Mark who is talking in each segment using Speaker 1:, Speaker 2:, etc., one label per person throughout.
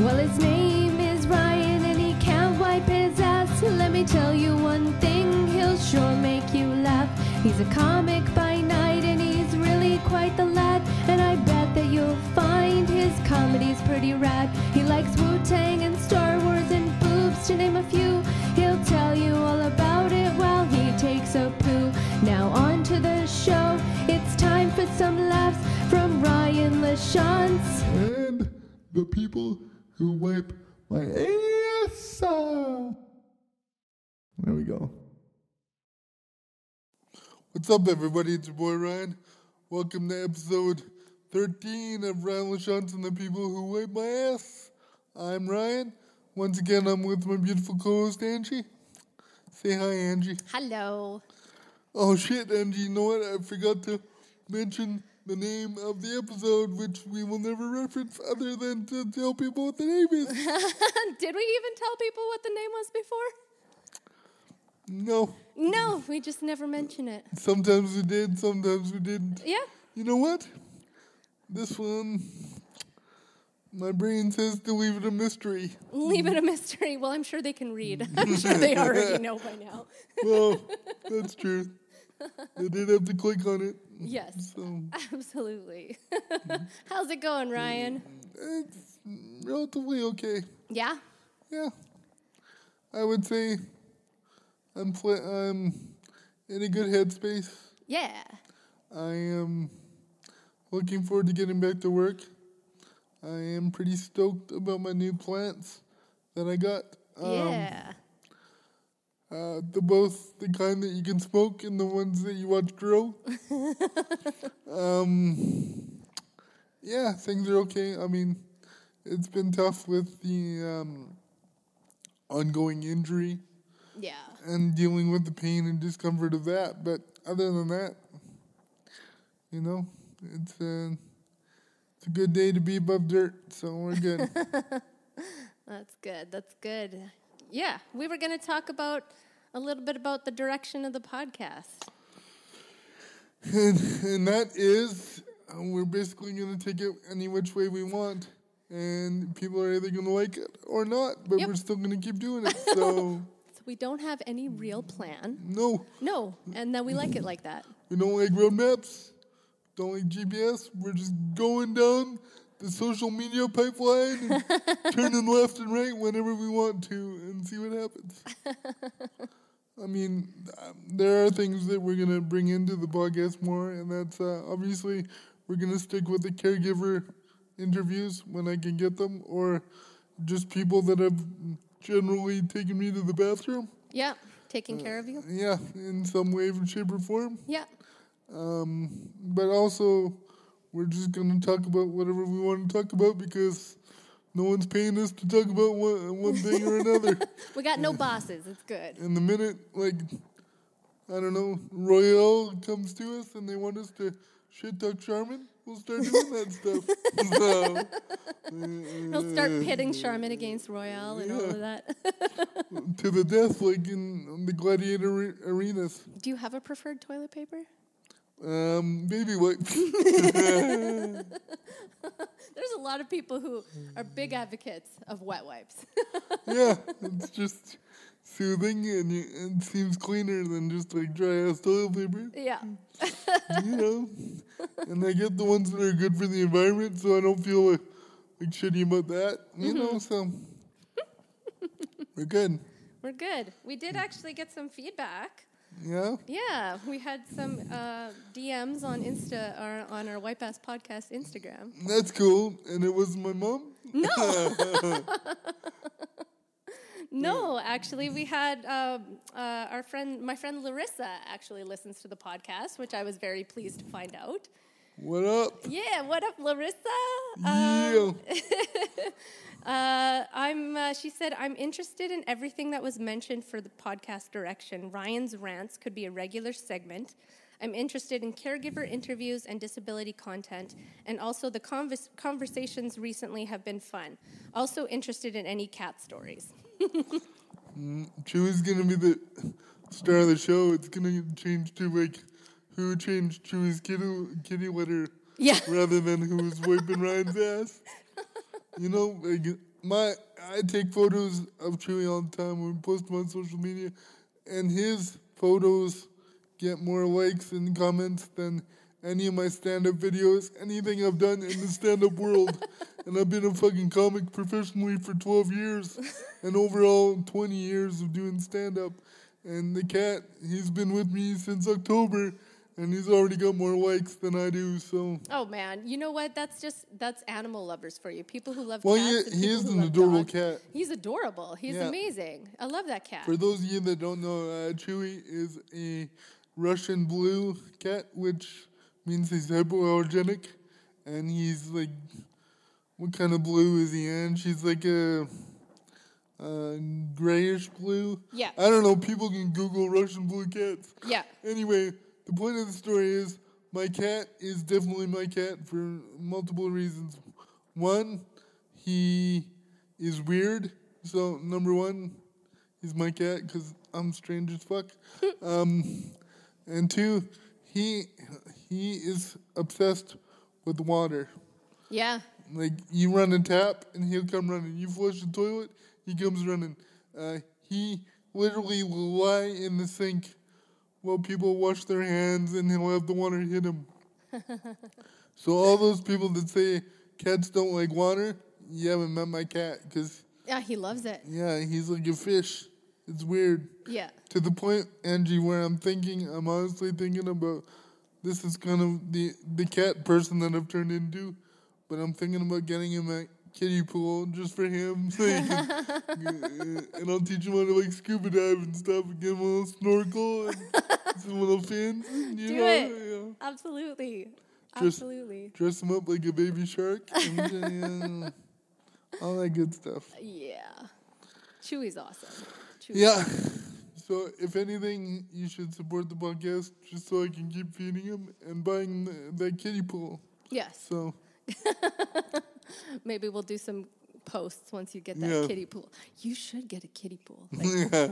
Speaker 1: Well, his name is Ryan and he can't wipe his ass. Let me tell you one thing, he'll sure make you laugh. He's a comic by night and he's really quite the lad. And I bet that you'll find his comedy's pretty rad. He likes Wu Tang and Star Wars and boobs, to name a few. He'll tell you all about it while he takes a poo. Now on to the show. It's time for some laughs from Ryan LaChance.
Speaker 2: and the people who wipe my ass. There we go. What's up, everybody? It's your boy Ryan. Welcome to episode 13 of Ryan LaChance and the people who wipe my ass. I'm Ryan. Once again, I'm with my beautiful co host, Angie. Say hi, Angie.
Speaker 3: Hello.
Speaker 2: Oh shit, Angie, you know what? I forgot to mention the name of the episode, which we will never reference other than to tell people what the name is.
Speaker 3: Did we even tell people what the name was before?
Speaker 2: no,
Speaker 3: No, we just never mention it.
Speaker 2: sometimes we did, sometimes we didn't.
Speaker 3: Yeah.
Speaker 2: You know what? This one, my brain says to leave it a mystery.
Speaker 3: Leave it a mystery. Well, I'm sure they can read. I'm sure they already know by now.
Speaker 2: Well, that's true. They did have to click on it.
Speaker 3: Yes.
Speaker 2: So
Speaker 3: Absolutely. How's it going, Ryan?
Speaker 2: it's relatively okay.
Speaker 3: Yeah.
Speaker 2: Yeah, I would say I'm pl- I'm in a good headspace.
Speaker 3: Yeah.
Speaker 2: I am looking forward to getting back to work. I am pretty stoked about my new plants that I got. Um,
Speaker 3: yeah.
Speaker 2: Uh, the both the kind that you can smoke and the ones that you watch grow. um, yeah, things are okay. I mean, it's been tough with the um, ongoing injury.
Speaker 3: Yeah.
Speaker 2: and dealing with the pain and discomfort of that. But other than that, you know, it's a, it's a good day to be above dirt, so we're good.
Speaker 3: That's good. That's good. Yeah. We were going to talk about a little bit about the direction of the podcast.
Speaker 2: and, and that is, uh, we're basically going to take it any which way we want. And people are either going to like it or not, but
Speaker 3: Yep.
Speaker 2: we're still going to keep doing it. So,
Speaker 3: So we don't have any real plan.
Speaker 2: no,
Speaker 3: No. And then we like it like that.
Speaker 2: we don't like road maps, don't like GPS. We're just going down the social media pipeline, and turning left and right whenever we want to, and see what happens. I mean, um, there are things that we're gonna bring into the podcast more, and that's uh, obviously we're gonna stick with the caregiver interviews when I can get them, or just people that have generally taken me to the bathroom.
Speaker 3: Yeah. Taking care of you.
Speaker 2: Yeah, in some way, shape, or form.
Speaker 3: Yeah.
Speaker 2: Um, but also, we're just going to talk about whatever we want to talk about because no one's paying us to talk about one, one thing or another.
Speaker 3: We got no bosses. It's good.
Speaker 2: And the minute, like, I don't know, Royale comes to us and they want us to shit talk Charmin, we'll start doing that stuff. So,
Speaker 3: He'll start pitting Charmin against Royale and all of that.
Speaker 2: to the death, like in the gladiator are- arenas.
Speaker 3: Do you have a preferred toilet paper?
Speaker 2: Um, baby wipes.
Speaker 3: There's a lot of people who are big advocates of wet wipes.
Speaker 2: yeah, it's just soothing and you- it seems cleaner than just like dry ass toilet paper,
Speaker 3: yeah.
Speaker 2: you know. and I get the ones that are good for the environment, so I don't feel like, like shitty about that, you
Speaker 3: Mm-hmm.
Speaker 2: know. So we're good.
Speaker 3: We're good. We did actually get some feedback.
Speaker 2: Yeah,
Speaker 3: Yeah, we had some uh, DMs on Insta or on our Wipe Ass Podcast Instagram.
Speaker 2: that's cool. And it was my mom.
Speaker 3: No, actually, we had um, uh, our friend, my friend Larissa, actually listens to the podcast, which I was very pleased to find out.
Speaker 2: What up?
Speaker 3: Yeah, what up, Larissa? Um,
Speaker 2: Yeah.
Speaker 3: Uh, I'm. Uh, she said, "I'm interested in everything that was mentioned for the podcast direction. Ryan's rants could be a regular segment. I'm interested in caregiver interviews and disability content, and also the convers- conversations recently have been fun. Also interested in any cat stories.
Speaker 2: Chewy's gonna be the star of the show. It's gonna change to like who changed Chewy's kitty kitty litter.
Speaker 3: Yeah,
Speaker 2: rather than who's wiping Ryan's ass. You know, like, my I take photos of Chewy all the time and post them on social media, and his photos get more likes and comments than any of my stand-up videos, anything I've done in the stand-up world. And I've been a fucking comic professionally for 12 years, and overall 20 years of doing stand-up. And the cat, he's been with me since October, and he's already got more likes than I do. So,
Speaker 3: Oh man, you know what? That's just that's animal lovers for you. People who love
Speaker 2: Well, he-
Speaker 3: cats. and
Speaker 2: he
Speaker 3: people
Speaker 2: is
Speaker 3: who
Speaker 2: an
Speaker 3: love
Speaker 2: adorable
Speaker 3: dogs.
Speaker 2: cat.
Speaker 3: He's adorable. He's
Speaker 2: Yeah.
Speaker 3: amazing. I love that cat.
Speaker 2: For those of you that don't know, uh, Chewy is a Russian blue cat, which means he's hypoallergenic, and he's like, what kind of blue is he in? She's like a, uh grayish blue.
Speaker 3: Yeah.
Speaker 2: I don't know. People can Google Russian blue cats.
Speaker 3: Yeah.
Speaker 2: Anyway, the point of the story is my cat is definitely my cat for multiple reasons. One, he is weird. So, number one, he's my cat because I'm strange as fuck. um, and two, he he is obsessed with water.
Speaker 3: yeah.
Speaker 2: Like you run a tap and he'll come running. You flush the toilet, he comes running. Uh, he literally will lie in the sink while people wash their hands and he'll have the water hit him. so all those people that say cats don't like water, you haven't met my cat because
Speaker 3: Yeah, he loves it.
Speaker 2: yeah, he's like a fish. It's weird.
Speaker 3: Yeah.
Speaker 2: To the point, Angie, where I'm thinking, I'm honestly thinking about this is kind of the the cat person that I've turned into, but I'm thinking about getting him a kiddie pool just for him, so he can, and I'll teach him how to like scuba dive and stuff, and give him a little snorkel and some little fins. and, You
Speaker 3: Do
Speaker 2: know,
Speaker 3: it.
Speaker 2: yeah.
Speaker 3: Absolutely.
Speaker 2: Just-
Speaker 3: Absolutely.
Speaker 2: Dress him up like a baby shark, and, uh, yeah, all that good stuff.
Speaker 3: Yeah. Chewy's awesome. Chewy.
Speaker 2: Yeah. So if anything, you should support the podcast just so I can keep feeding him and buying the, that kiddie pool.
Speaker 3: Yes.
Speaker 2: So
Speaker 3: Maybe we'll do some posts once you get that
Speaker 2: Yeah.
Speaker 3: kiddie pool. You should get a kiddie pool. Like,
Speaker 2: yeah,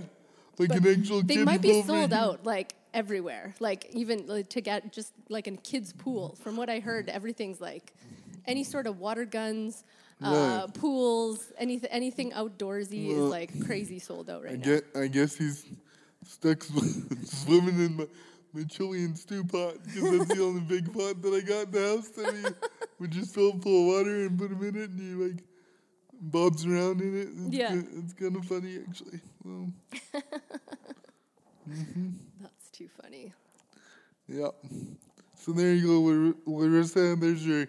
Speaker 2: like
Speaker 3: But
Speaker 2: an actual
Speaker 3: they
Speaker 2: kiddie
Speaker 3: might be
Speaker 2: pool. for
Speaker 3: sold
Speaker 2: you.
Speaker 3: out like everywhere like even like, to get just like in a kids pool from what i heard everything's like any sort of water guns uh,
Speaker 2: Right.
Speaker 3: pools anything anything outdoorsy
Speaker 2: Well,
Speaker 3: is like crazy sold out
Speaker 2: I
Speaker 3: right now
Speaker 2: guess, I guess he's stuck sw- swimming in my, my chili and stew pot because that's the only big pot that I got in the house that he would just fill full of water and put him in it and he like bobs around in it. It's
Speaker 3: Yeah.
Speaker 2: ki- it's kind of funny actually. Well,
Speaker 3: that's too funny
Speaker 2: Yeah. So there you go, Lar- Larissa. There's your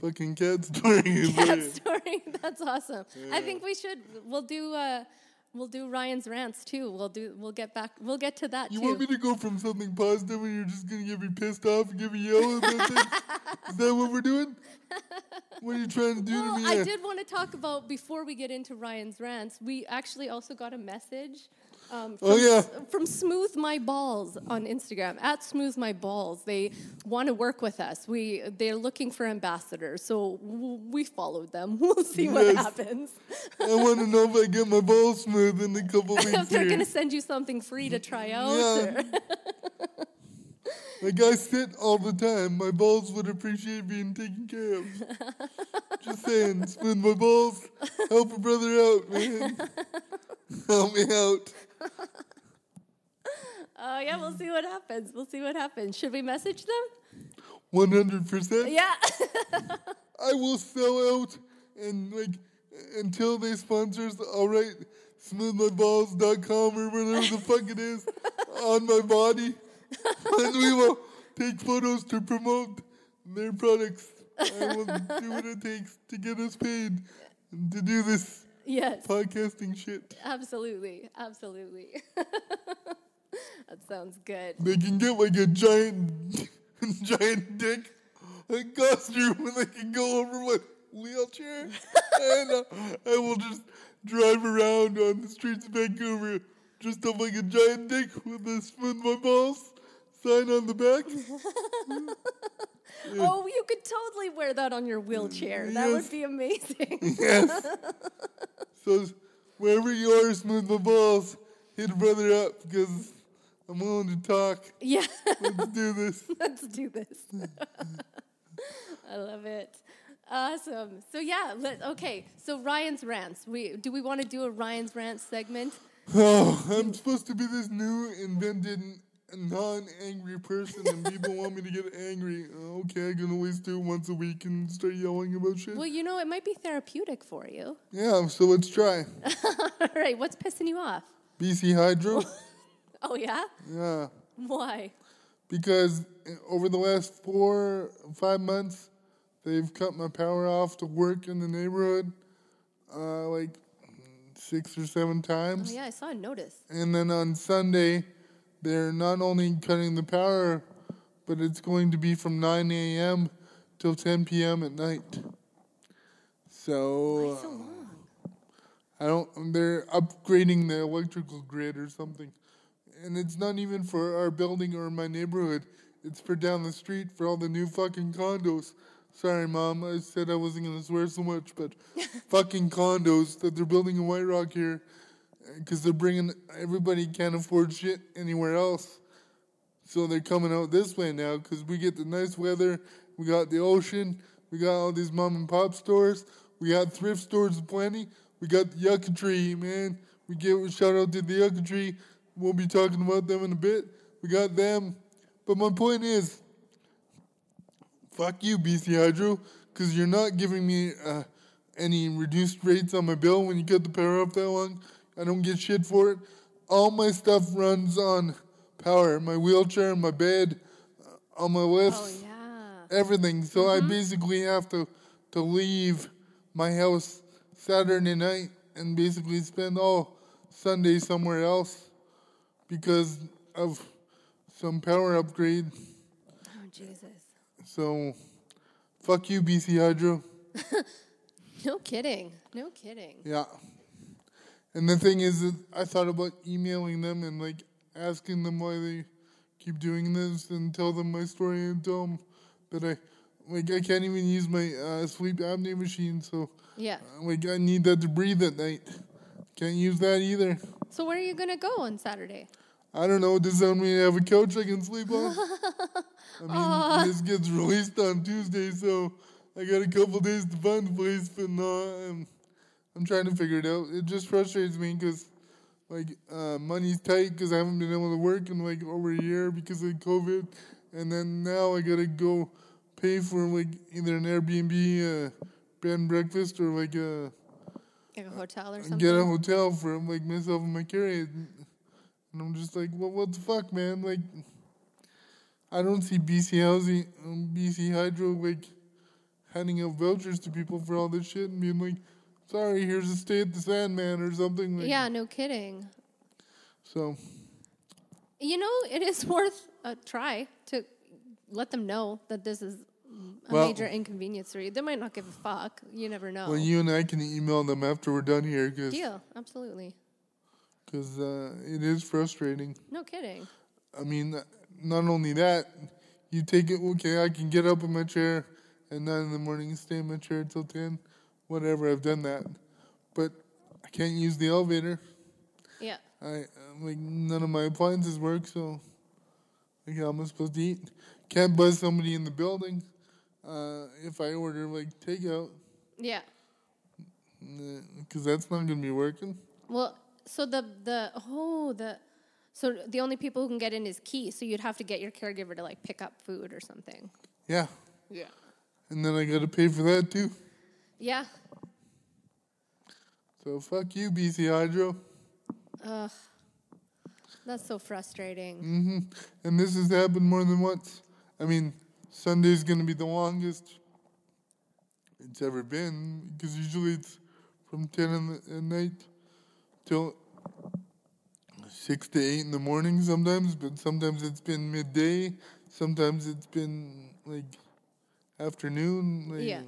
Speaker 2: fucking cat story.
Speaker 3: cat story that's awesome i think we should we'll do uh, we'll do ryan's rants too we'll do we'll get back we'll get to that
Speaker 2: You
Speaker 3: too
Speaker 2: want me to go from something positive and you're just gonna get me pissed off and give me yell about things? Is that what we're doing? What are you trying to do
Speaker 3: Well,
Speaker 2: to me?
Speaker 3: I
Speaker 2: here?
Speaker 3: did want to talk about before we get into Ryan's rants. We actually also got a message um, from,
Speaker 2: Oh, yeah.
Speaker 3: from Smooth My Balls on Instagram at Smooth My Balls. They want to work with us. We they're looking for ambassadors, so w- we followed them. We'll see what
Speaker 2: Yes.
Speaker 3: happens.
Speaker 2: I want to know if I get my balls smooth in a couple
Speaker 3: if
Speaker 2: weeks.
Speaker 3: they're
Speaker 2: here.
Speaker 3: going to send you something free to try out.
Speaker 2: Yeah.
Speaker 3: or-
Speaker 2: Like I sit all the time. My balls would appreciate being taken care of. Just saying, smooth my balls. Help a brother out, man. Help me out.
Speaker 3: Oh yeah, we'll see what happens. We'll see what happens. Should we message them?
Speaker 2: One hundred percent.
Speaker 3: Yeah.
Speaker 2: I will sell out and like until they sponsor us, I'll write smoothmyballs.com or whatever the fuck it is on my body. And we will take photos to promote their products. I will do what it takes to get us paid and to do this
Speaker 3: yes.
Speaker 2: podcasting shit.
Speaker 3: Absolutely. Absolutely. that sounds good.
Speaker 2: They can get like a giant giant dick and costume and they can go over my wheelchair and uh, I will just drive around on the streets of Vancouver just up like a giant dick with a smooth my balls sign on the back.
Speaker 3: Oh, you could totally wear that on your wheelchair. That
Speaker 2: Yes.
Speaker 3: would be amazing.
Speaker 2: Yes. so wherever you are, smooth my balls, hit a brother up because I'm willing to talk.
Speaker 3: yeah,
Speaker 2: Let's do this.
Speaker 3: let's do this. I love it. Awesome. So yeah, let, okay. So Ryan's rants. We do we want to do a Ryan's rant segment?
Speaker 2: Oh, I'm supposed to be this new invented non-angry person, and people want me to get angry. Okay, I can always do it once a week and start yelling about shit.
Speaker 3: Well, you know, it might be therapeutic for you.
Speaker 2: Yeah, so let's try.
Speaker 3: All right, what's pissing you off?
Speaker 2: BC Hydro.
Speaker 3: Oh yeah?
Speaker 2: yeah,
Speaker 3: Why?
Speaker 2: because over the last four five months, they've cut my power off to work in the neighborhood, uh, like six or seven times.
Speaker 3: Oh yeah, I saw a notice.
Speaker 2: And then on Sunday, they're not only cutting the power, but it's going to be from 9 a.m. till 10 p.m. at night. So,
Speaker 3: So long.
Speaker 2: I don't. They're upgrading the electrical grid or something, and it's not even for our building or my neighborhood. It's for down the street for all the new fucking condos. Sorry, mom. I said I wasn't gonna swear so much, but fucking condos that they're building in White Rock here, because they're bringing everybody can't afford shit anywhere else. So they're coming out this way now because we get the nice weather, we got the ocean, we got all these mom and pop stores, we got thrift stores plenty, we got the Yucca Tree, man. We give shout out to the Yucca Tree. We'll be talking about them in a bit. We got them. But my point is, fuck you, BC Hydro, because you're not giving me uh, any reduced rates on my bill when you cut the power off that long. I don't get shit for it. All my stuff runs on power my wheelchair, my bed, uh, all my
Speaker 3: Oh
Speaker 2: lifts,
Speaker 3: yeah. Mm-hmm.
Speaker 2: everything. So I basically have to, to leave my house Saturday night and basically spend all Sunday somewhere else because of some power upgrade.
Speaker 3: Oh Jesus.
Speaker 2: So, fuck you, BC Hydro.
Speaker 3: No kidding. No kidding.
Speaker 2: Yeah. And the thing is, that I thought about emailing them and like asking them why they keep doing this and tell them my story and tell them that I like I can't even use my uh, sleep apnea machine, so
Speaker 3: Yeah.
Speaker 2: uh, like I need that to breathe at night. Can't use that either.
Speaker 3: So where are you gonna go on Saturday?
Speaker 2: I don't know. Does that mean I have a couch I can sleep on? I mean, this gets released on Tuesday, so I got a couple days to find a place, but no, I'm, I'm trying to figure it out. It just frustrates me because, like, uh, money's tight because I haven't been able to work in like over a year because of COVID, and then now I gotta go pay for like either an Airbnb, uh, bed and breakfast, or like uh, a
Speaker 3: Like a hotel or
Speaker 2: and
Speaker 3: something?
Speaker 2: get a hotel for like myself and my carriage. And I'm just like, well, what the fuck, man? Like, I don't see BC Housing, um, BC Hydro, like, handing out vouchers to people for all this shit and being like, sorry, here's a stay at the Sandman or something. Like,
Speaker 3: yeah, no kidding.
Speaker 2: So,
Speaker 3: You know, it is worth a try to let them know that this is a
Speaker 2: Well-
Speaker 3: major inconvenience for you. They might not give a fuck. You never know.
Speaker 2: well, you and I can email them after we're done here
Speaker 3: Oh. Deal. Absolutely.
Speaker 2: because uh, it is frustrating.
Speaker 3: No kidding.
Speaker 2: I mean, not only that, you take it, okay, I can get up in my chair at 9 in the morning, stay in my chair till 10, whatever, I've done that. But I can't use the elevator.
Speaker 3: Yeah.
Speaker 2: I I'm like none of my appliances work, so like how am I supposed to eat? Can't buzz somebody in the building uh, if I order like takeout,
Speaker 3: Yeah.
Speaker 2: because that's not gonna be working.
Speaker 3: Well, so the the oh the so the only people who can get in is key. So you'd have to get your caregiver to like pick up food or something.
Speaker 2: Yeah,
Speaker 3: Yeah.
Speaker 2: and then I gotta pay for that too.
Speaker 3: Yeah.
Speaker 2: So fuck you, BC Hydro.
Speaker 3: Ugh. uh, That's so frustrating.
Speaker 2: hmm And this has happened more than once. I mean, Sunday's going to be the longest it's ever been because usually it's from 10 in the, at night till 6 to 8 in the morning sometimes, but sometimes it's been midday, sometimes it's been like afternoon. Like,
Speaker 3: Yeah.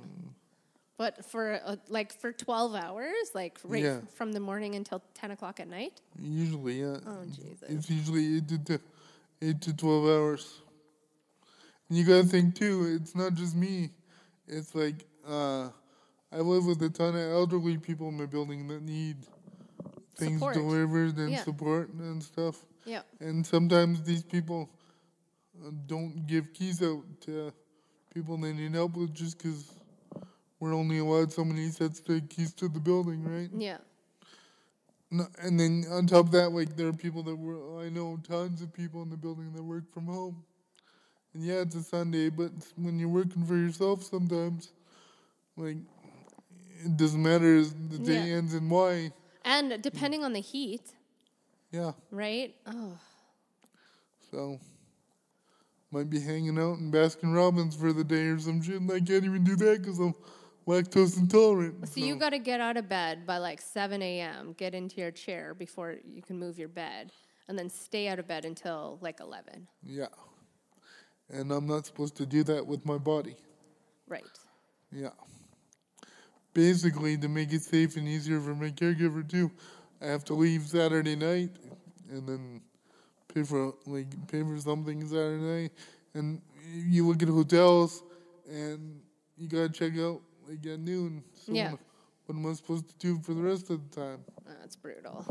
Speaker 3: But for uh, like for twelve hours, like right
Speaker 2: Yeah.
Speaker 3: from the morning until ten o'clock at night.
Speaker 2: Usually, yeah.
Speaker 3: Oh Jesus!
Speaker 2: It's usually eight to, t- eight to 12 hours. And you gotta think too, it's not just me. It's like, uh, I live with a ton of elderly people in my building that need things
Speaker 3: Support.
Speaker 2: delivered and
Speaker 3: Yeah.
Speaker 2: support and stuff.
Speaker 3: Yeah,
Speaker 2: And sometimes these people uh, don't give keys out to people they need help with just because we're only allowed so many sets to keys to the building, right?
Speaker 3: Yeah.
Speaker 2: No, and then on top of that, like there are people that were I know tons of people in the building that work from home. And yeah, it's a Sunday, but when you're working for yourself, sometimes, like, it doesn't matter as the day
Speaker 3: Yeah.
Speaker 2: ends and why.
Speaker 3: And depending on the heat,
Speaker 2: Yeah,
Speaker 3: right? Oh,
Speaker 2: so might be hanging out in Baskin Robbins for the day or some shit, and I can't even do that because I'm lactose intolerant.
Speaker 3: so you got to get out of bed by like 7 a.m., get into your chair before you can move your bed, and then stay out of bed until like 11.
Speaker 2: Yeah, and I'm not supposed to do that with my body.
Speaker 3: Right.
Speaker 2: Yeah. Basically, to make it safe and easier for my caregiver too, I have to leave Saturday night and then pay for like pay for something Saturday night. And you look at hotels, and you gotta check out like at noon. So
Speaker 3: Yeah.
Speaker 2: What am I supposed to do for the rest of the time?
Speaker 3: Uh, That's brutal.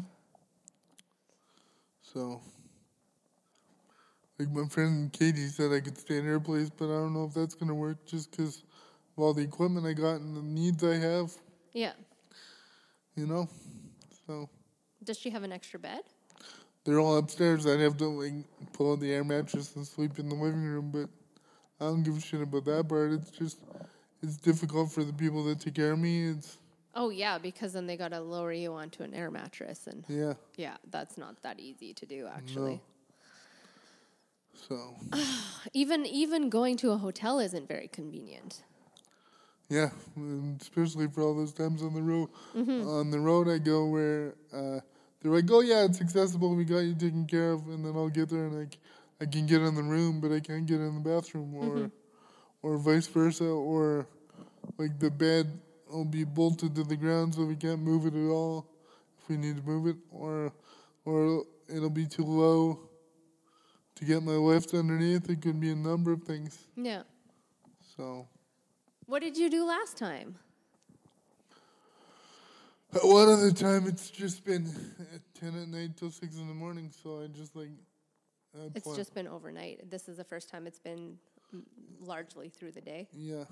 Speaker 2: So, like my friend Katie said, I could stay in her place, but I don't know if that's gonna work just because of all the equipment I got and the needs I have.
Speaker 3: Yeah.
Speaker 2: you know. So
Speaker 3: Does she have an extra bed?
Speaker 2: they're all upstairs. I'd have to like pull out the air mattress and sleep in the living room, but I don't give a shit about that part. It's just it's difficult for the people that take care of me. It's
Speaker 3: Oh, yeah, because then they got to lower you onto an air mattress. And
Speaker 2: yeah,
Speaker 3: yeah, that's not that easy to do, actually.
Speaker 2: so
Speaker 3: Even even going to a hotel isn't very convenient.
Speaker 2: yeah, and especially for all those times on the road. On the road, I go where uh, they're like, "Oh yeah, it's accessible. We got you taken care of," and then I'll get there and like I can get in the room, but I can't get in the bathroom, or or vice versa, or like the bed will be bolted to the ground so we can't move it at all if we need to move it, or or it'll be too low to get my lift underneath. It could be a number of things,
Speaker 3: Yeah.
Speaker 2: so.
Speaker 3: What did you do last time?
Speaker 2: A lot of the time, it's just been at ten at night till six in the morning. So I just like, I
Speaker 3: It's
Speaker 2: plan-
Speaker 3: just been overnight. This is the first time it's been mm, largely through the day.
Speaker 2: yeah.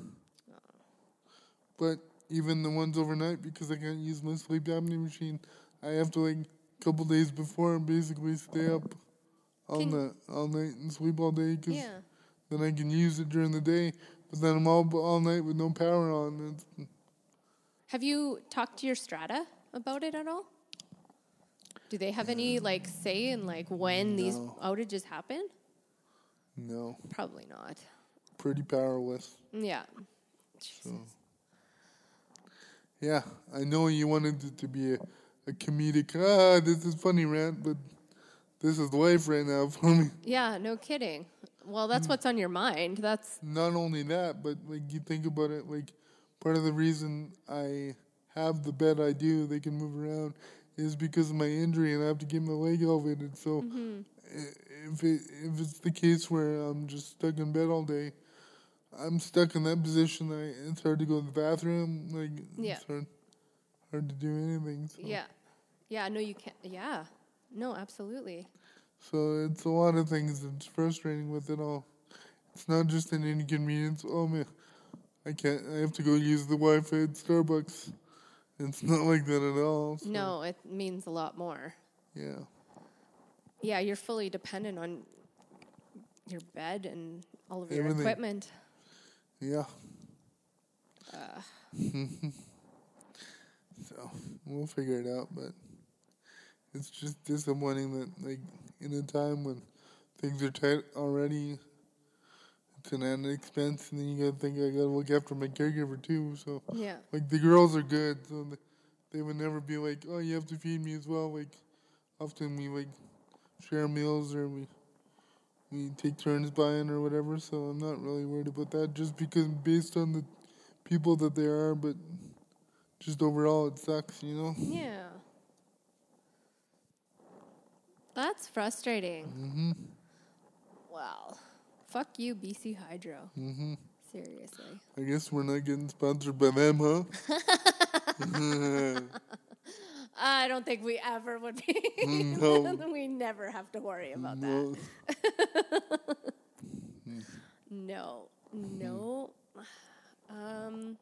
Speaker 2: But even the ones overnight, because I can't use my sleep apnea machine, I have to like a couple days before and basically stay up all
Speaker 3: Can-
Speaker 2: night, all night and sleep all day. Cause
Speaker 3: Yeah.
Speaker 2: Then I can use it during the day, but then I'm all all night with no power on. It's,
Speaker 3: Have you talked to your strata about it at all? Do they have any like say in like when these
Speaker 2: Mm. No.
Speaker 3: outages happen?
Speaker 2: no,
Speaker 3: Probably not.
Speaker 2: pretty powerless.
Speaker 3: Yeah.
Speaker 2: So, yeah, I know you wanted it to be a, a comedic, ah, this is funny rant, but this is life right now for me.
Speaker 3: Yeah, no kidding. Well, that's
Speaker 2: Mm.
Speaker 3: what's on your mind. That's
Speaker 2: Not only that, but like you think about it, like part of the reason I have the bed I do, they can move around, is because of my injury and I have to get my leg elevated. So
Speaker 3: Mm-hmm.
Speaker 2: i- if it, if it's the case where I'm just stuck in bed all day, I'm stuck in that position. I it's hard to go to the bathroom. Like
Speaker 3: Yeah.
Speaker 2: it's hard, hard to do anything. So.
Speaker 3: yeah. Yeah, no you can't. Yeah. No, absolutely.
Speaker 2: So it's a lot of things that's frustrating with it all. It's not just an inconvenience. Oh man, I can't. I have to go use the Wi-Fi at Starbucks. It's not like that at all. so,
Speaker 3: No, it means a lot more.
Speaker 2: Yeah.
Speaker 3: Yeah, you're fully dependent on your bed and all of your
Speaker 2: Everything.
Speaker 3: equipment. Uh,
Speaker 2: Yeah. so we'll figure it out, but it's just disappointing that like in a time when things are tight already, it's an added expense, and then you gotta think I gotta look after my caregiver too. So
Speaker 3: Yeah.
Speaker 2: like the girls are good, so th- they would never be like, oh, you have to feed me as well. Like often we like share meals or we we take turns buying or whatever. So I'm not really worried about that, just because based on the people that they are, but just overall it sucks, you know.
Speaker 3: Yeah. That's frustrating. Mm-hmm. Wow. Fuck you, BC Hydro. Mm-hmm. Seriously.
Speaker 2: I guess we're not getting sponsored by them, huh? Hmm,
Speaker 3: I don't think we ever would be.
Speaker 2: Mm-hmm. no.
Speaker 3: we never have to worry about that.
Speaker 2: Well,
Speaker 3: Hmm. No. No. Um,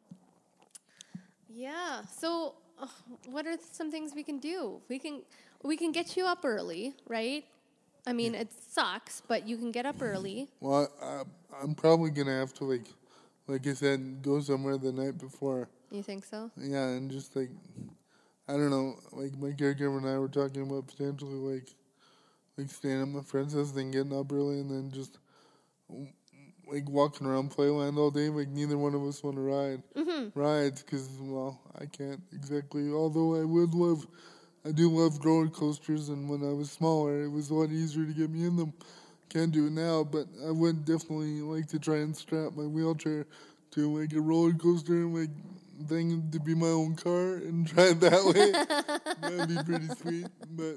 Speaker 3: Yeah. So, uh, what are some things we can do? We can we can get you up early, right? I mean, it sucks, but you can get up early.
Speaker 2: Well, I, I, I'm probably gonna have to like, like I said, go somewhere the night before.
Speaker 3: You think so?
Speaker 2: Yeah, and just like, I don't know, like my caregiver and I were talking about potentially like, like staying at my friend's house, then getting up early, and then just w- like walking around Playland all day. Like neither one of us want to ride rides because well, I can't exactly. Although I would love, I do love roller coasters, and when I was smaller, it was a lot easier to get me in them. Can't do it now, but I would definitely like to try and strap my wheelchair to like a roller coaster and like thing to be my own car and try it that way. That'd be pretty sweet. But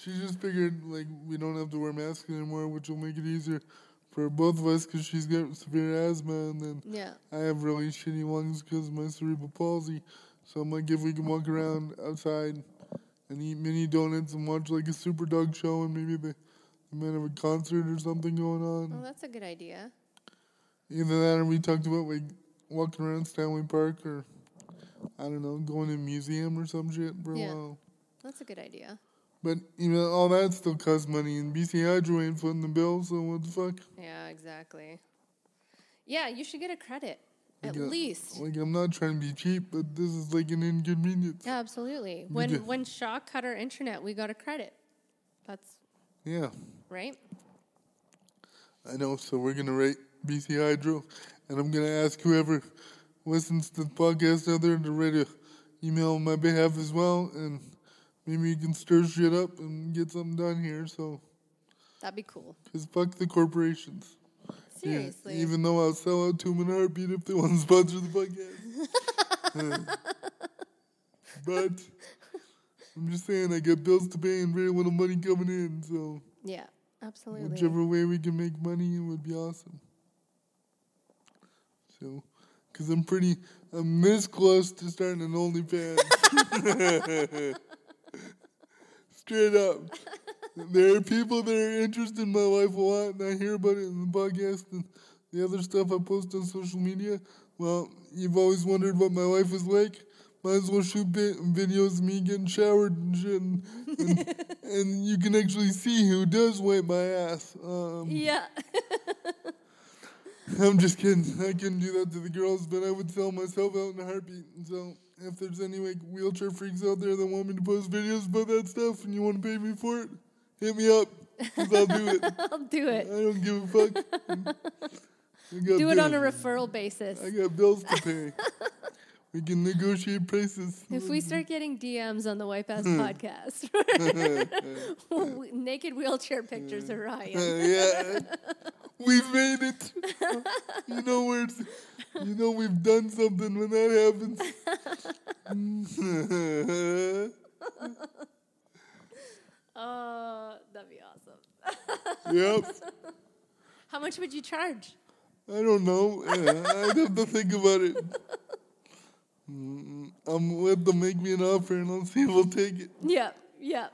Speaker 2: she just figured like we don't have to wear masks anymore, which will make it easier for both of us because she's got severe asthma and then
Speaker 3: Yeah.
Speaker 2: I have really shitty lungs because of my cerebral palsy. So I'm like, if we can walk around outside and eat mini donuts and watch like a super dog show and maybe they, they might have a concert or something going on.
Speaker 3: Well, Oh, that's a good idea.
Speaker 2: Either that or we talked about like walking around Stanley Park or I don't know, going to a museum or some shit for
Speaker 3: Yeah.
Speaker 2: a while.
Speaker 3: That's a good idea.
Speaker 2: But even all that still costs money and BC Hydro ain't footing the bill, so what the fuck?
Speaker 3: Yeah, exactly. Yeah, you should get a credit at
Speaker 2: Like, uh,
Speaker 3: least.
Speaker 2: Like I'm not trying to be cheap, but this is like an inconvenience.
Speaker 3: Yeah, absolutely.
Speaker 2: do-
Speaker 3: When when Shaw cut our internet, we got a credit. That's
Speaker 2: Yeah.
Speaker 3: right.
Speaker 2: I know, so we're gonna rate BC Hydro, and I'm gonna ask whoever listens to the podcast out there to write a email on my behalf as well, and maybe you can stir shit up and get something done here. So,
Speaker 3: That'd be cool.
Speaker 2: cause fuck the corporations. Yeah,
Speaker 3: Seriously.
Speaker 2: even though I'll sell out to them in a heartbeat if they want to sponsor the podcast. but I'm just saying, I got bills to pay and very little money coming in, so
Speaker 3: yeah, absolutely.
Speaker 2: whichever way we can make money, it would be awesome. So, because I'm pretty, I'm this close to starting an OnlyFans. Straight up. There are people that are interested in my life a lot, and I hear about it in the podcast and the other stuff I post on social media. Well, you've always wondered what my life is like. Might as well shoot vi- videos of me getting showered and shit, and, and, and you can actually see who does wipe my ass. Um,
Speaker 3: Yeah.
Speaker 2: I'm just kidding. I couldn't do that to the girls, but I would sell myself out in a heartbeat. And so, if there's any like wheelchair freaks out there that want me to post videos about that stuff and you want to pay me for it, hit me up. i I'll do it. I
Speaker 3: I'll do it.
Speaker 2: don't give a fuck. I got
Speaker 3: Do it on a
Speaker 2: bills.
Speaker 3: referral basis.
Speaker 2: I got bills to pay. we can negotiate prices.
Speaker 3: If we start getting DMs on the Wipe Ass
Speaker 2: Hmm.
Speaker 3: podcast, we- naked wheelchair pictures of
Speaker 2: Uh,
Speaker 3: Ryan.
Speaker 2: yeah, we've made it. You know where it's, you know we've done something when that happens.
Speaker 3: Oh, that'd be awesome.
Speaker 2: yep.
Speaker 3: How much would you charge?
Speaker 2: I don't know. Yeah, I'd have to think about it. Mm, I'm let them make me an offer and I'll see if I'll take it.
Speaker 3: Yeah, yeah.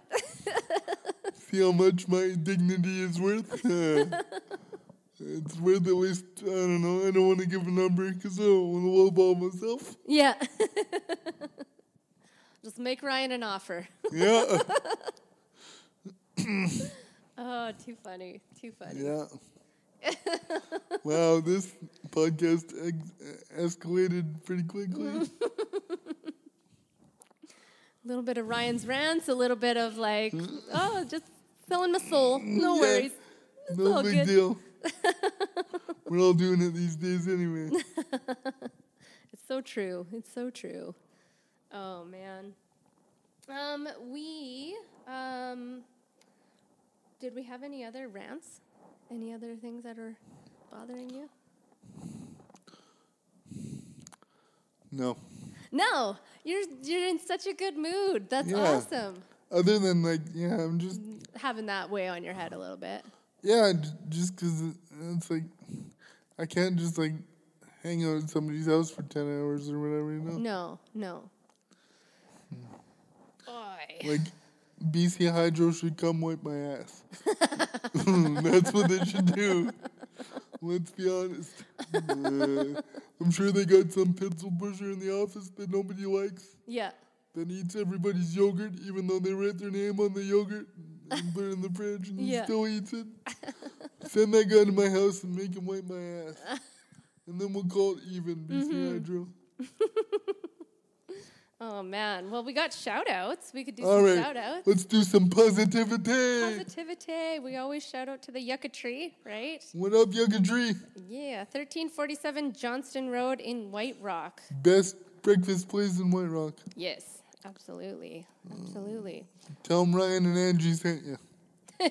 Speaker 2: See how much my dignity is worth. Yeah. it's worth at least, I don't know, I don't want to give a number because I don't want to lowball myself.
Speaker 3: Yeah. Just make Ryan an offer.
Speaker 2: Yeah.
Speaker 3: Oh, too funny. Too funny.
Speaker 2: Yeah. wow, this podcast ex- escalated pretty quickly.
Speaker 3: A little bit of Ryan's rants, a little bit of like, oh, just selling my soul.
Speaker 2: Hmm.
Speaker 3: No
Speaker 2: Yeah.
Speaker 3: worries.
Speaker 2: No
Speaker 3: all
Speaker 2: big
Speaker 3: good.
Speaker 2: deal. We're all doing it these days anyway.
Speaker 3: It's so true. It's so true. Oh man. Um, we um, did we have any other rants? Any other things that are bothering you?
Speaker 2: No.
Speaker 3: No, you're you're in such a good mood. That's
Speaker 2: Yeah.
Speaker 3: awesome.
Speaker 2: Other than, like, yeah, I'm just,
Speaker 3: Having that weigh on your head a little bit.
Speaker 2: yeah, j- just because it's like, I can't just, like, hang out at somebody's house for 10 hours or whatever, you know?
Speaker 3: No, no. Boy.
Speaker 2: Like, BC Hydro should come wipe my ass. That's what they should do. Let's be honest. Uh, I'm sure they got some pencil pusher in the office that nobody likes
Speaker 3: Yeah.
Speaker 2: that eats everybody's yogurt, even though they write their name on the yogurt and put it in the fridge and he
Speaker 3: Yeah.
Speaker 2: still eats it. Send that guy to my house and make him wipe my ass. And then we'll call it even, BC
Speaker 3: Mm-hmm.
Speaker 2: Hydro.
Speaker 3: Oh man. Well, we got shout outs. We could do
Speaker 2: All
Speaker 3: some
Speaker 2: right,
Speaker 3: shout outs.
Speaker 2: let's do some positivity.
Speaker 3: Positivity. We always shout out to the yucca tree, right?
Speaker 2: what up, Yucca Tree?
Speaker 3: Yeah. 1347 Johnston Road in White Rock.
Speaker 2: Best breakfast place in White Rock.
Speaker 3: Yes. Mm. Absolutely. Absolutely.
Speaker 2: Tell 'em Ryan and Angie sent you.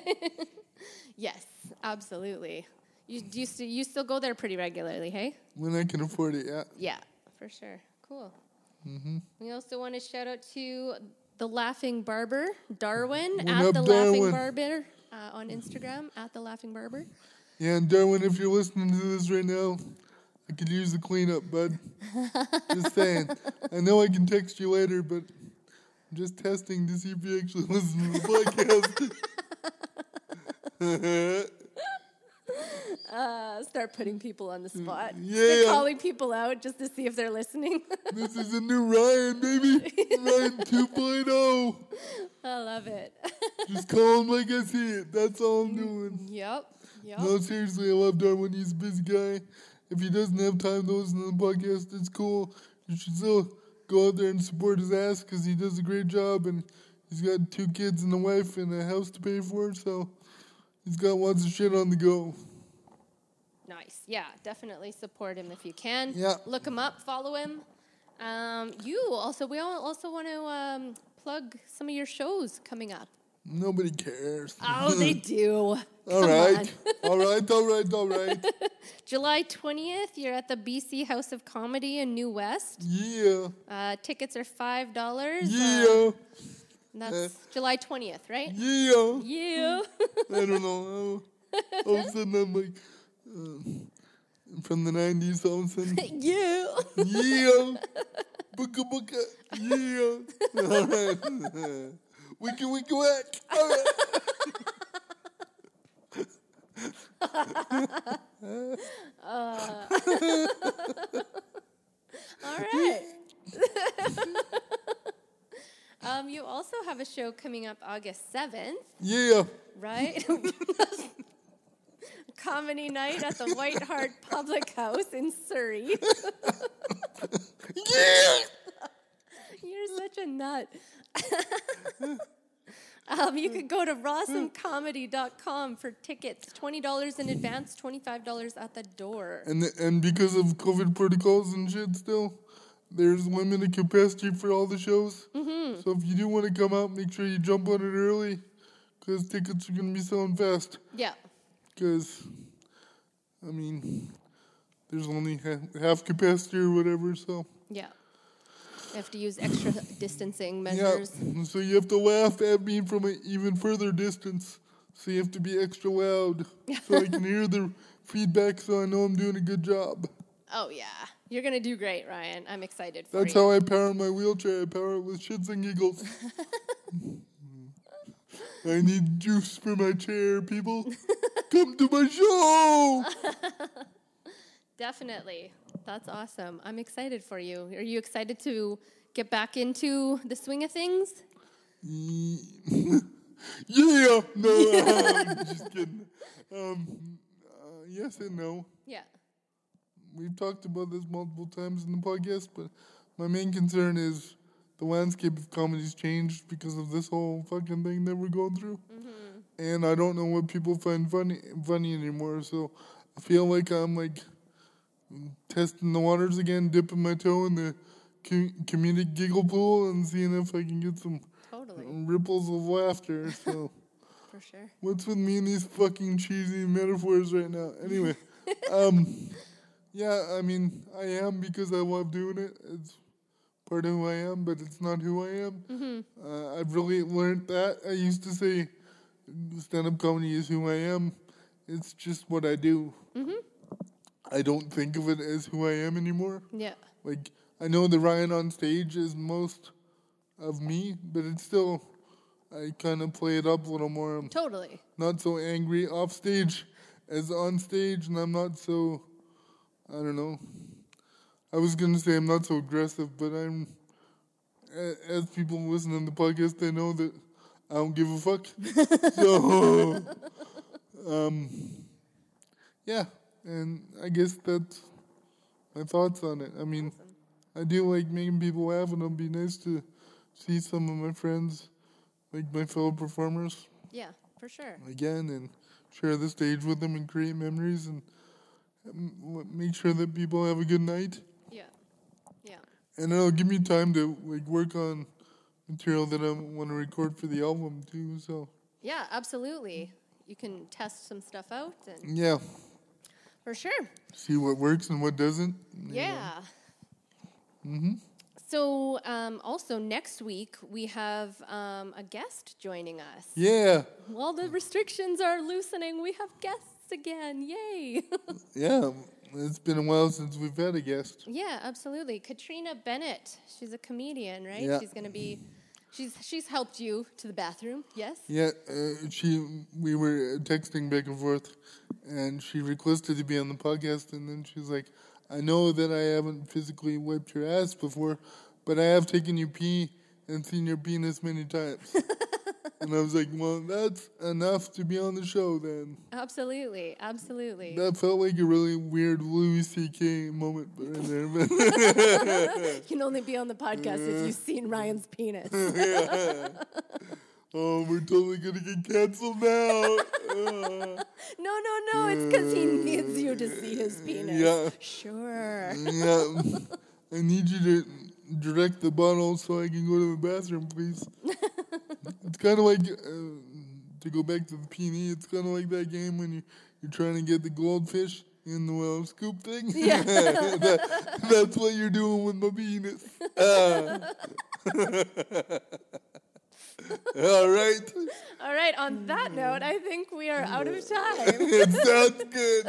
Speaker 3: Yes. Absolutely. You, do you, st- you still go there pretty regularly, hey?
Speaker 2: When I can afford it, yeah.
Speaker 3: Yeah, for sure. Cool.
Speaker 2: Mm-hmm.
Speaker 3: We also want to shout out to the Laughing Barber, Darwin, at
Speaker 2: up,
Speaker 3: the
Speaker 2: Darwin?
Speaker 3: Laughing Barber uh, on Instagram, at the Laughing Barber.
Speaker 2: Yeah, and Darwin, if you're listening to this right now, I could use the cleanup, bud. just saying. I know I can text you later, but I'm just testing to see if you actually listen to the podcast.
Speaker 3: Uh, start putting people on the spot.
Speaker 2: Mm, yeah.
Speaker 3: Start calling people out just to see if they're listening.
Speaker 2: this is a new Ryan, baby. Ryan 2.0.
Speaker 3: I love it.
Speaker 2: Just call him like I see it. That's all I'm doing.
Speaker 3: yep. Yep.
Speaker 2: No, seriously, I love Darwin. He's a busy guy. If he doesn't have time to listen to the podcast, it's cool. You should still go out there and support his ass because he does a great job and he's got two kids and a wife and a house to pay for, so he's got lots of shit on the go.
Speaker 3: Nice. Yeah, definitely support him if you can.
Speaker 2: Yeah.
Speaker 3: Look him up, follow him. Um, you also, we all also want to um, plug some of your shows coming up.
Speaker 2: Nobody cares.
Speaker 3: Oh, they do.
Speaker 2: all
Speaker 3: Come
Speaker 2: right.
Speaker 3: on.
Speaker 2: all right, all right, all right.
Speaker 3: July 20th, you're at the BC House of Comedy in New West.
Speaker 2: Yeah.
Speaker 3: Uh, tickets are $5. uh,
Speaker 2: Yeah.
Speaker 3: that's July 20th, right?
Speaker 2: Yeah.
Speaker 3: Yeah.
Speaker 2: I don't know. All of a sudden, I'm like, uh, from the 90s, all of a sudden.
Speaker 3: you.
Speaker 2: Yeah. Booga booga. Yeah. All right. Wiki wiki wack. All right.
Speaker 3: All right. um, you also have a show coming up August 7th,
Speaker 2: Yeah.
Speaker 3: right? Comedy night at the White Hart Public House in Surrey.
Speaker 2: Yeah.
Speaker 3: You're such a nut. um, you could go to rawsomecomedy.com for tickets $20 in advance, $25 at the door.
Speaker 2: And and because of COVID protocols and shit, still, there's limited capacity for all the shows. Mm-hmm. So if you do want to come out, make sure you jump on it early, because tickets are gonna be selling fast.
Speaker 3: Yeah.
Speaker 2: Because, I mean, there's only ha- half capacity or whatever. So.
Speaker 3: Yeah. You have to use extra distancing
Speaker 2: Yeah, mm,
Speaker 3: measures.
Speaker 2: so you have to laugh at me from an even further distance. So you have to be extra loud so I can hear the feedback so I know I'm doing a good job.
Speaker 3: Oh, yeah. You're going to do great, Ryan. I'm excited for
Speaker 2: That's
Speaker 3: you.
Speaker 2: how I power my wheelchair. I power it with shits and giggles. I need juice for my chair, people. Come to my show!
Speaker 3: Definitely. That's awesome. I'm excited for you. Are you excited to get back into the swing of things?
Speaker 2: yeah! No, I'm just kidding. Um, uh, yes and no.
Speaker 3: Yeah.
Speaker 2: we've talked about this multiple times in the podcast, but my main concern is the landscape of comedy's changed because of this whole fucking thing that we're going through. And I don't know what people find funny funny anymore, so I feel like I'm like testing the waters again, dipping my toe in the com- comedic giggle pool and seeing if I can get some
Speaker 3: Totally.
Speaker 2: ripples of laughter. So
Speaker 3: For sure.
Speaker 2: What's with me and these fucking cheesy metaphors right now? Anyway, um, yeah, I mean, I am because I love doing it. It's part of who I am, but it's not who I am. Uh, I've really learned that. I used to say stand up comedy is who I am, it's just what I do. I don't think of it as who I am anymore.
Speaker 3: Yeah.
Speaker 2: Like, I know the Ryan on stage is most of me, but it's still, I kind of play it up a little more
Speaker 3: Totally.
Speaker 2: not so angry off stage as on stage, and I'm not so, I don't know. I was gonna say I'm not so aggressive, but I'm. a- As people listen to the podcast, they know that I don't give a fuck. so, um, yeah, and I guess that's my thoughts on it. I mean, I do like making people laugh, and it'll be nice to see some of my friends, like my fellow performers,
Speaker 3: Yeah, for sure.
Speaker 2: again and share the stage with them and create memories and um, w- make sure that people have a good night.
Speaker 3: Yeah. Yeah.
Speaker 2: And it'll give me time to like work on material that I want to record for the album too. So
Speaker 3: Yeah, absolutely. You can test some stuff out and
Speaker 2: yeah,
Speaker 3: for sure.
Speaker 2: see what works and what doesn't.
Speaker 3: Yeah. Mm-hmm. So, um, also next week, we have um, a guest joining us.
Speaker 2: Yeah,
Speaker 3: While the restrictions are loosening, we have guests again. Yay!
Speaker 2: yeah. It's been a while since we've had a guest.
Speaker 3: yeah, absolutely. Katrina Bennett. She's a comedian, right?
Speaker 2: Yeah.
Speaker 3: She's going to be. She's she's helped you to the bathroom. Yes.
Speaker 2: Yeah, uh, she we were texting back and forth, and she requested to be on the podcast, and then she's like, "I know that I haven't physically wiped your ass before, but I have taken you pee and seen your penis many times." and I was like, "Well, that's enough to be on the show then."
Speaker 3: Absolutely. Absolutely.
Speaker 2: That felt like a really weird Louis C.K. moment, but in there, but
Speaker 3: You can only be on the podcast if
Speaker 2: Mm.
Speaker 3: you've seen Ryan's penis.
Speaker 2: oh, we're totally gonna get canceled now. Uh,
Speaker 3: No, no, no. It's because he needs you to see his penis.
Speaker 2: yeah.
Speaker 3: Sure.
Speaker 2: yeah, I need you to direct the bottle so I can go to the bathroom, please. it's kind of like uh, to go back to the peony. It's kind of like that game when you you're trying to get the goldfish in the well scoop thing.
Speaker 3: Yeah.
Speaker 2: That- that's what you're doing with my penis. Ah. All right,
Speaker 3: All right. On
Speaker 2: Mm.
Speaker 3: that note, I think we are out of time.
Speaker 2: it sounds good.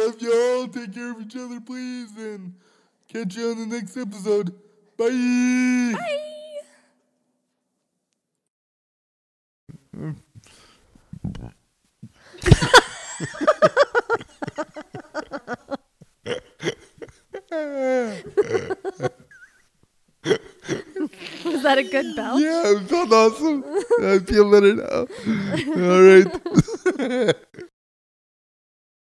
Speaker 2: Love y'all. Take care of each other, please, and catch you on the next episode. Bye.
Speaker 3: Bye. Was that a good bell?
Speaker 2: Yeah, it felt awesome. I feel better now. All right.